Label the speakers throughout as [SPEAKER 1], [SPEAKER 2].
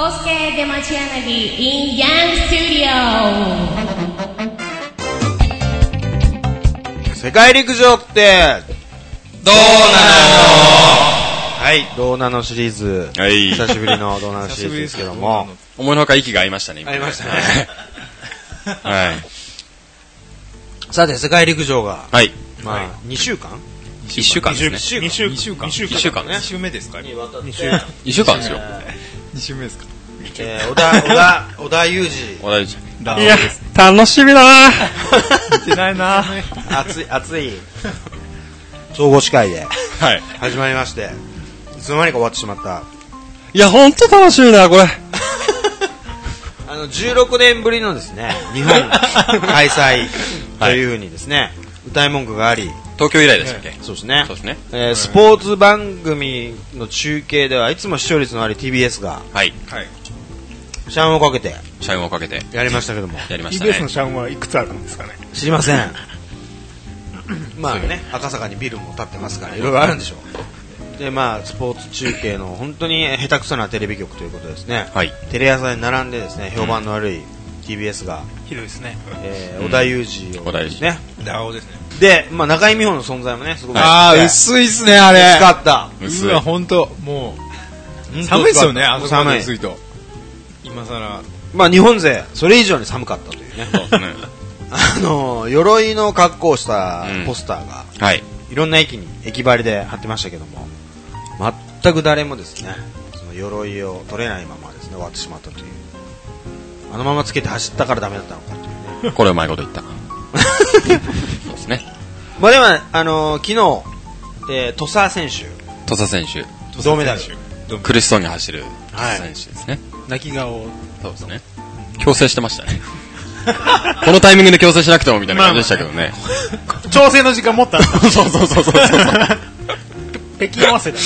[SPEAKER 1] Kosuke de Machianagi in Yang Studio.
[SPEAKER 2] 世界陸上って、
[SPEAKER 3] どうな
[SPEAKER 2] はい、どうなのシリーズ、
[SPEAKER 3] はい
[SPEAKER 2] 久しぶりのどうなのシリーズですけども、
[SPEAKER 3] の思いのほか息が合いましたね、今
[SPEAKER 2] ありましたね。
[SPEAKER 3] はい。
[SPEAKER 2] さて、世界陸上が、
[SPEAKER 3] はい。
[SPEAKER 2] まあ、2週間
[SPEAKER 3] 一週間ですね。
[SPEAKER 4] 2 週間。2週間。
[SPEAKER 3] 一週間ね
[SPEAKER 4] 二週目ですか
[SPEAKER 2] にわたって、
[SPEAKER 3] 一週間ですよ。
[SPEAKER 4] 二週目ですか
[SPEAKER 2] えー、小田、小田、小田裕二、
[SPEAKER 3] お大事
[SPEAKER 4] ラ
[SPEAKER 3] いや、楽しみだな
[SPEAKER 4] てないな
[SPEAKER 2] 熱い、熱い、総合司会で
[SPEAKER 3] はい。
[SPEAKER 2] 始まりまして、いつの間にか終わってしまった。
[SPEAKER 3] いや、ほんと楽しみだ、これ。
[SPEAKER 2] あの、16年ぶりのですね、日本開催というふうにですね、歌い文句があり、
[SPEAKER 3] 東京以来でしたっけ
[SPEAKER 2] そうですね
[SPEAKER 3] そうですね。
[SPEAKER 2] えースポーツ番組の中継ではいつも視聴率のある TBS が
[SPEAKER 3] はい。
[SPEAKER 4] はい。
[SPEAKER 2] シャンをかけて
[SPEAKER 3] 社員をかけて
[SPEAKER 2] やりました けども
[SPEAKER 3] やりました
[SPEAKER 4] TBS の
[SPEAKER 3] ね。
[SPEAKER 4] シャンはいくつあるんですかね
[SPEAKER 2] 知りませんまあね赤坂にビルも建ってますからいろいろあるんでしょうでまあスポーツ中継の本当に下手くそなテレビ局ということですね、
[SPEAKER 3] はい
[SPEAKER 2] テレ朝に並んでですね評判の悪い TBS が、
[SPEAKER 4] ひどいですね。
[SPEAKER 2] えー
[SPEAKER 3] うん
[SPEAKER 2] 織田裕二を
[SPEAKER 3] 織田裕
[SPEAKER 2] ね
[SPEAKER 4] ラオですね。
[SPEAKER 2] で、まあ、中井美穂の存在もねすごく
[SPEAKER 5] ああ、
[SPEAKER 2] 薄
[SPEAKER 5] 薄いっすね、あれ。
[SPEAKER 2] かった
[SPEAKER 3] 薄
[SPEAKER 5] う
[SPEAKER 3] い
[SPEAKER 5] わ、。ほんと、もう、
[SPEAKER 2] 本当
[SPEAKER 5] 寒いですよね、あ
[SPEAKER 2] 薄
[SPEAKER 5] そ
[SPEAKER 2] か
[SPEAKER 5] こ
[SPEAKER 2] った
[SPEAKER 5] ま
[SPEAKER 2] 寒
[SPEAKER 5] で
[SPEAKER 2] い
[SPEAKER 5] 薄いと。今さら、
[SPEAKER 2] まあ日本勢それ以上に寒かったというね
[SPEAKER 3] そうですね。
[SPEAKER 2] あの鎧の格好をした
[SPEAKER 3] うん
[SPEAKER 2] ポスターが、
[SPEAKER 3] はい。
[SPEAKER 2] いろんな駅に駅張りで貼ってましたけども全く誰もですねその鎧を取れないままですね終わってしまったというあのままつけて走ったからダメだったのかというね
[SPEAKER 3] これうまいこと言った。そうですね。
[SPEAKER 2] まあでもあの昨日、えー、土佐選手
[SPEAKER 3] 土佐選手。
[SPEAKER 2] 銅メダル
[SPEAKER 3] 苦しそうに走る土
[SPEAKER 2] はい
[SPEAKER 3] 佐選手ですね。
[SPEAKER 5] 泣き顔。
[SPEAKER 3] そうですね。強制してましたね。このタイミングで強制しなくてもみたいな感じでしたけどね。
[SPEAKER 4] 調整の時間持ったん だ
[SPEAKER 3] そうそうそうそうそう。
[SPEAKER 4] 北京合わせだ。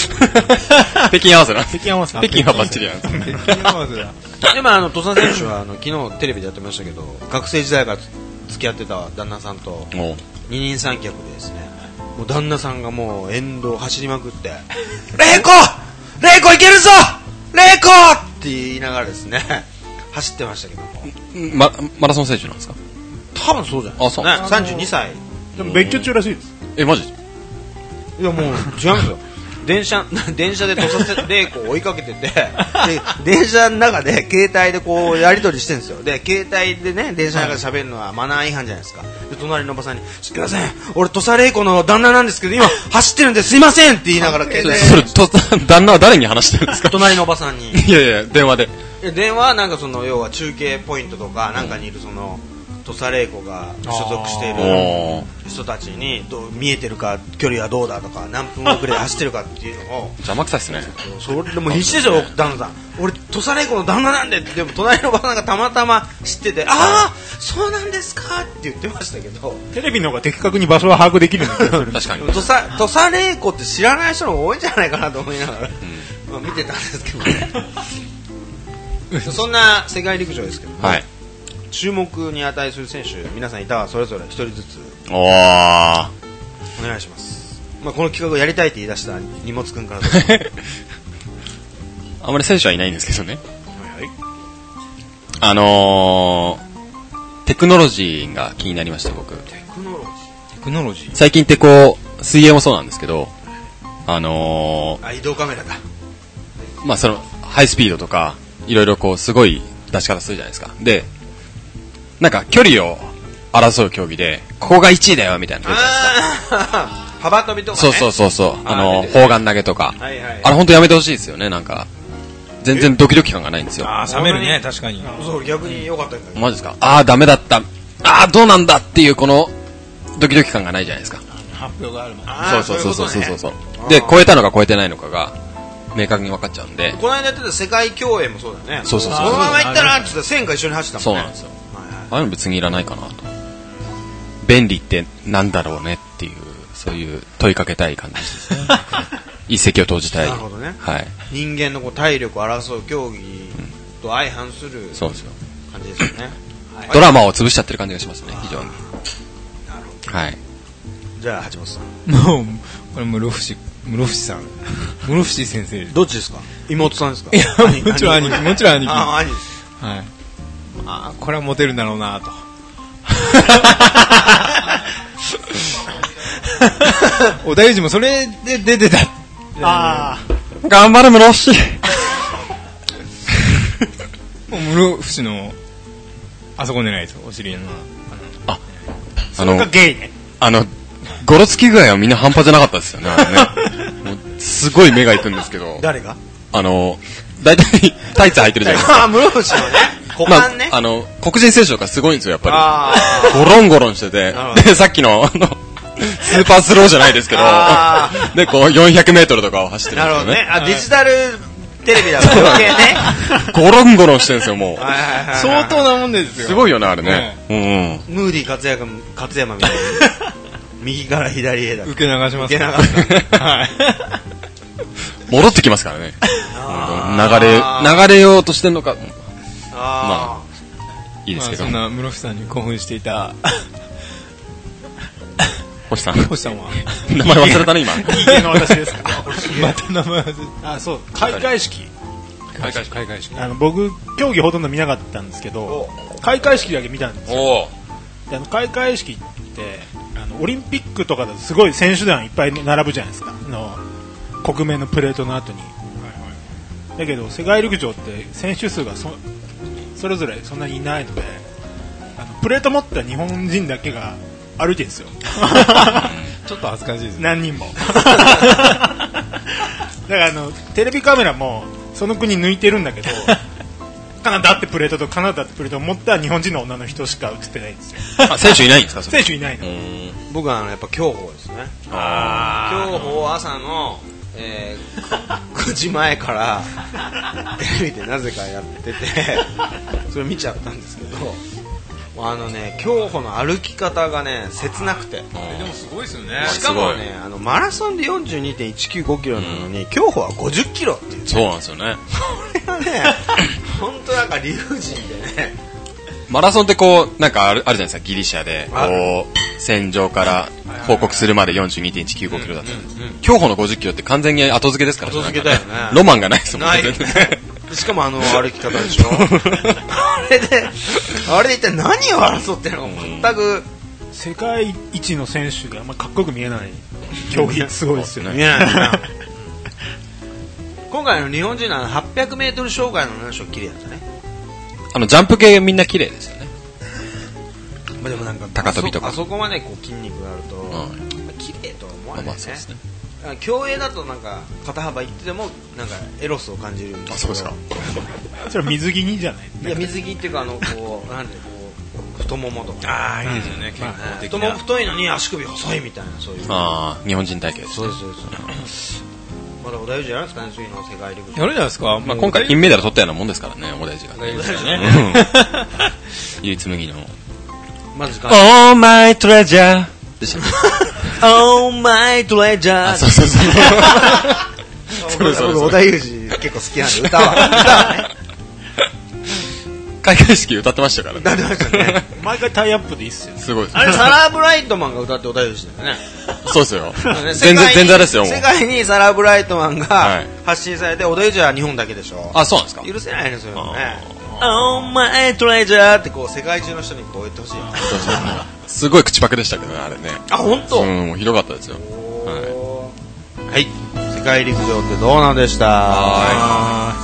[SPEAKER 3] 北京合わせな。
[SPEAKER 4] 北京合わせだ。
[SPEAKER 3] 北京はバッチリなんですね。
[SPEAKER 5] 今までだ。
[SPEAKER 2] でもあの土佐選手はあの昨日テレビでやってましたけど学生時代から付き合ってた旦那さんと
[SPEAKER 3] もう、
[SPEAKER 2] 二人三脚でですねもう旦那さんがもう沿道を走りまく って「玲子玲子いけるぞ玲子!」って言いながら ですね走ってましたけども
[SPEAKER 3] ま、マラソン選手なんですか
[SPEAKER 2] 多分そうじゃないです
[SPEAKER 3] あ
[SPEAKER 2] か、ね、32歳
[SPEAKER 4] でも別居中らしいです。
[SPEAKER 3] え、マジ
[SPEAKER 2] いやもう違うんですよ 電車電車で土佐 せ玲子を追いかけててで電車の中で携帯でこうやり取りしてるんですよで携帯でね電車の中で喋るのはマナー違反じゃないですかで隣のおばさんに「すいません俺土佐玲子の旦那なんですけど今走ってるんですいません」って言いながら携
[SPEAKER 3] そ
[SPEAKER 2] 帯
[SPEAKER 3] れ、それと、 旦那は誰に話してるんですか
[SPEAKER 2] 隣のおばさんに
[SPEAKER 3] いやいや、電話で。
[SPEAKER 2] え電話はなんかその要は中継ポイントとかなんかにいるその土佐玲子が所属している
[SPEAKER 3] おー
[SPEAKER 2] 人たちにどう見えてるか距離はどうだとか何分遅れで走ってるかっていうのを
[SPEAKER 3] 邪魔くさいっすね。
[SPEAKER 2] それでも必死でしょ旦那さん俺土佐玲子の旦那なんででも隣のおばさんがたまたま知っててああそうなんですかって言ってましたけど
[SPEAKER 4] テレビの方が的確に場所は把握できるんですよ。
[SPEAKER 3] 確か
[SPEAKER 2] で
[SPEAKER 3] に
[SPEAKER 2] も。土佐土佐玲子って知らない人の方が多いんじゃないかなと思いながら、まあ見てたんですけどねそんな世界陸上ですけども、
[SPEAKER 3] はい。
[SPEAKER 2] 注目に値する選手皆さんいたらそれぞれ一人ずつ
[SPEAKER 3] おー。
[SPEAKER 2] お願いします、まあ、この企画をやりたいって言い出した荷物くんからどうぞ
[SPEAKER 3] あんまり選手はいないんですけどね。あのー、テクノロジーが気になりました、僕。
[SPEAKER 5] テクノロジー
[SPEAKER 3] 最近ってこう、水泳もそうなんですけど、あの
[SPEAKER 2] あ移動カメラだ
[SPEAKER 3] ー、まあその、ハイスピードとか、いろいろこう、すごい出し方するじゃないですか。で、なんか距離を争う競技で、ここが1位だよ、みたいな感じじゃないですか。
[SPEAKER 2] あー幅跳びとか、ね、
[SPEAKER 3] そうそうそうそう。
[SPEAKER 2] あ
[SPEAKER 3] あ
[SPEAKER 2] ー
[SPEAKER 3] の、
[SPEAKER 2] 出てる
[SPEAKER 3] 砲丸投げとか。
[SPEAKER 2] はいはい
[SPEAKER 3] あれ本当やめてほしいですよね、なんか。全然ドキドキ感がないんですよ。
[SPEAKER 5] ああ、冷めるね、確かに。
[SPEAKER 2] そう逆に良かったんだけど
[SPEAKER 3] マジですかああ、ダメだった。ああ、どうなんだっていうこの、ドキドキ感がないじゃないですか。
[SPEAKER 5] 発表があるま
[SPEAKER 2] あー
[SPEAKER 3] そうそうそうそう
[SPEAKER 2] い
[SPEAKER 3] そう
[SPEAKER 2] ことね
[SPEAKER 3] そう。
[SPEAKER 2] あー
[SPEAKER 3] で、超えたのか超えてないのかが、明確に分かっちゃうんで。
[SPEAKER 2] この間やってた世界競泳もそうだよね
[SPEAKER 3] そうそうそう
[SPEAKER 2] このまま行ったらって言ったら線が一緒に走った
[SPEAKER 3] そう
[SPEAKER 2] もんね
[SPEAKER 3] なんですよ。
[SPEAKER 2] はいはい
[SPEAKER 3] ああいうの別にいらないかなと。便利ってなんだろうねっていう、そういう問いかけたい感じです ね。一石を投じたい。
[SPEAKER 2] なるほどね
[SPEAKER 3] はい。
[SPEAKER 2] 人間のこう体力を争う競技と相反する
[SPEAKER 3] そうですよ。
[SPEAKER 2] 感じですよね、はい
[SPEAKER 3] ドラマを潰しちゃってる感じがしますね、非常に。はい。
[SPEAKER 2] じゃあ橋本さ
[SPEAKER 5] も
[SPEAKER 2] ん
[SPEAKER 5] う、これもう、ロフシ室伏さん。室伏先生。い
[SPEAKER 2] どっちですか妹さんですか
[SPEAKER 5] や、もちろ ん兄貴、もちろん兄貴。
[SPEAKER 2] あ
[SPEAKER 5] は
[SPEAKER 2] あ、兄貴。
[SPEAKER 5] い。ああ、これはモテるんだろう なと。お田裕二もそれで出てた。
[SPEAKER 4] あ
[SPEAKER 3] 頑張れ、室伏。
[SPEAKER 5] もう室伏の、あそこ狙いですよ、お尻の。
[SPEAKER 3] あ
[SPEAKER 4] あ。
[SPEAKER 3] の
[SPEAKER 4] が、ゲイね。
[SPEAKER 3] あの、ゴロつき具合はみんな半端じゃなかったですよね、あれね。もうすごい目がいくんですけど、
[SPEAKER 2] 誰が
[SPEAKER 3] あの、大体タイツ履いてるじゃないですか。
[SPEAKER 2] ああ、室伏のね。股
[SPEAKER 3] まあ
[SPEAKER 2] 間ね、。
[SPEAKER 3] あの、黒人選手がすごいんですよ、やっ
[SPEAKER 2] あ
[SPEAKER 3] ぱり。ゴロンゴロンしてて
[SPEAKER 2] なるほ、
[SPEAKER 3] で、さっきの、あの、スーパースローじゃないですけど
[SPEAKER 2] あ、
[SPEAKER 3] で、こう、400メートルとかを走っ
[SPEAKER 2] あ、
[SPEAKER 3] てる
[SPEAKER 2] なるほ
[SPEAKER 3] んですよ
[SPEAKER 2] どね
[SPEAKER 3] ね。。
[SPEAKER 2] あ、デジタルテレビだから余計ね。
[SPEAKER 3] ゴロンゴロンしてるんですよ、もう。
[SPEAKER 2] はいはいはいはい
[SPEAKER 5] 相当なもんですよ。
[SPEAKER 3] すごいよね、あれね。うんうん。
[SPEAKER 2] ムーディー勝山勝山みたいな。右から左へだ。
[SPEAKER 5] 受け流します
[SPEAKER 2] 受け流
[SPEAKER 5] す。はい。
[SPEAKER 3] 戻ってきますからね。
[SPEAKER 2] あ
[SPEAKER 3] 流れ、流れようとしてんのか、
[SPEAKER 2] あ
[SPEAKER 3] いいで
[SPEAKER 5] ますあ、
[SPEAKER 3] けど
[SPEAKER 5] そん。な室伏さんに興奮していた、
[SPEAKER 3] 星さん。
[SPEAKER 5] 星さんは、
[SPEAKER 3] 名前忘れたね、今。
[SPEAKER 4] いいゲイの私ですから。
[SPEAKER 5] また名前忘れて
[SPEAKER 4] あ、そう、開会式。
[SPEAKER 3] 開会式、開会式。
[SPEAKER 4] あの、僕、競技ほとんど見なかったんですけど、開会式だけ見たんですよ。
[SPEAKER 3] おお。
[SPEAKER 4] であの開会式ってあのオリンピックとかだとすごい選手団いっぱい並ぶじゃないですかあの国名のプレートの後に、だけど世界陸上って選手数がそそれぞれそんなにいないのであのプレート持った日本人だけが歩いてるんですよ
[SPEAKER 5] ちょっと恥ずかしいですね。
[SPEAKER 4] 何人も だからあのテレビカメラもその国抜いてるん だけどカナダってプレートとカナダってプレートを持った日本人の女の人しか映ってないんですよ
[SPEAKER 3] あ、選手いないんですか、それ。
[SPEAKER 4] 選手いないの
[SPEAKER 3] うーん
[SPEAKER 2] あ。僕はあの、やっぱ競歩ですね。
[SPEAKER 3] あ
[SPEAKER 2] 競歩を朝の、えー、9時前からテレビでなぜかやっててそれ見ちゃったんですけどあのね競歩の歩き方がね切なくて
[SPEAKER 5] でもすごいですよね。
[SPEAKER 2] しかもねあのマラソンで42.195キロなのに、競歩は50キロ っていう
[SPEAKER 3] ーそうなんですよね。
[SPEAKER 2] これはね本当なんか理不尽でね
[SPEAKER 3] マラソンってこう、なんかあるあるじゃないですか、ギリシャで、
[SPEAKER 2] あ
[SPEAKER 3] こう、戦場から報告するまで42.195キロだったんです。競歩の50キロって完全に後付けですからね
[SPEAKER 2] 後付けだよね
[SPEAKER 3] なんかロマンがないですもん
[SPEAKER 2] ない
[SPEAKER 3] 全然
[SPEAKER 2] しかもあの歩き方でしょあれであれで一体何を争ってるのか全く
[SPEAKER 4] 世界一の選手があんまかっこよく見えない競技すごいですよね。
[SPEAKER 2] 見えないな今回の日本人のあの 800m 障害の話を綺麗だったね、
[SPEAKER 3] あの、ジャンプ系みんな綺麗ですよね。
[SPEAKER 2] まあ、でもなんか
[SPEAKER 3] 高跳びとか
[SPEAKER 2] あそあそこまでこう筋肉があると、まあ綺麗とは思わ
[SPEAKER 3] まあ
[SPEAKER 2] ない
[SPEAKER 3] まあ
[SPEAKER 2] よ
[SPEAKER 3] そう
[SPEAKER 2] ね
[SPEAKER 3] ですね。
[SPEAKER 2] あ競泳だとなんか肩幅いってでもなんかエロスを感じるんですけど
[SPEAKER 3] あそう
[SPEAKER 4] それは水着にじゃない
[SPEAKER 2] いや水着っていうかあのこうなんてこう太ももとか、
[SPEAKER 5] ああ、いいですよね、健
[SPEAKER 2] ね
[SPEAKER 5] 康的
[SPEAKER 2] 太もも
[SPEAKER 5] な。
[SPEAKER 2] 太いのに足首細いみたいなそういう
[SPEAKER 3] ああ、日本人体型です
[SPEAKER 2] そう
[SPEAKER 3] ね
[SPEAKER 2] です。そうですまだお大事じゃないですかね次の世界陸
[SPEAKER 5] や
[SPEAKER 2] 上
[SPEAKER 5] るじゃないですか。
[SPEAKER 3] まあ今回金メダル取ったようなもんですからね、お大事がね。うん唯一無二の。
[SPEAKER 2] まず時間
[SPEAKER 3] Oh my treasure! でしたね。
[SPEAKER 2] Oh my treasure
[SPEAKER 3] あ、そうそうそう。そうですそうです
[SPEAKER 2] 僕小田裕二結構好きなんで歌 は歌はね
[SPEAKER 3] 開会式歌ってましたから
[SPEAKER 2] 歌って
[SPEAKER 3] ね。
[SPEAKER 2] ましたね
[SPEAKER 4] 毎回タイアップでいいっすよね。
[SPEAKER 3] すごいです
[SPEAKER 2] あれサラ・ブライトマンが歌って小田裕二だよね
[SPEAKER 3] そうですよ。全然、全然ですよ、もう
[SPEAKER 2] 世。界にサラ・ブライトマン
[SPEAKER 3] は
[SPEAKER 2] が
[SPEAKER 3] い
[SPEAKER 2] 発信されて小田裕二は日本だけでしょ
[SPEAKER 3] あ、そうなんですか
[SPEAKER 2] 許せないですよね Oh my treasure ってこう世界中の人にこう言ってほしいよね
[SPEAKER 3] すごい口パクでしたけどね、あれね。
[SPEAKER 2] あ本当
[SPEAKER 3] うん、もうひどかったですよ。はい
[SPEAKER 2] はい世界陸上ってどうなんでした
[SPEAKER 3] は
[SPEAKER 2] は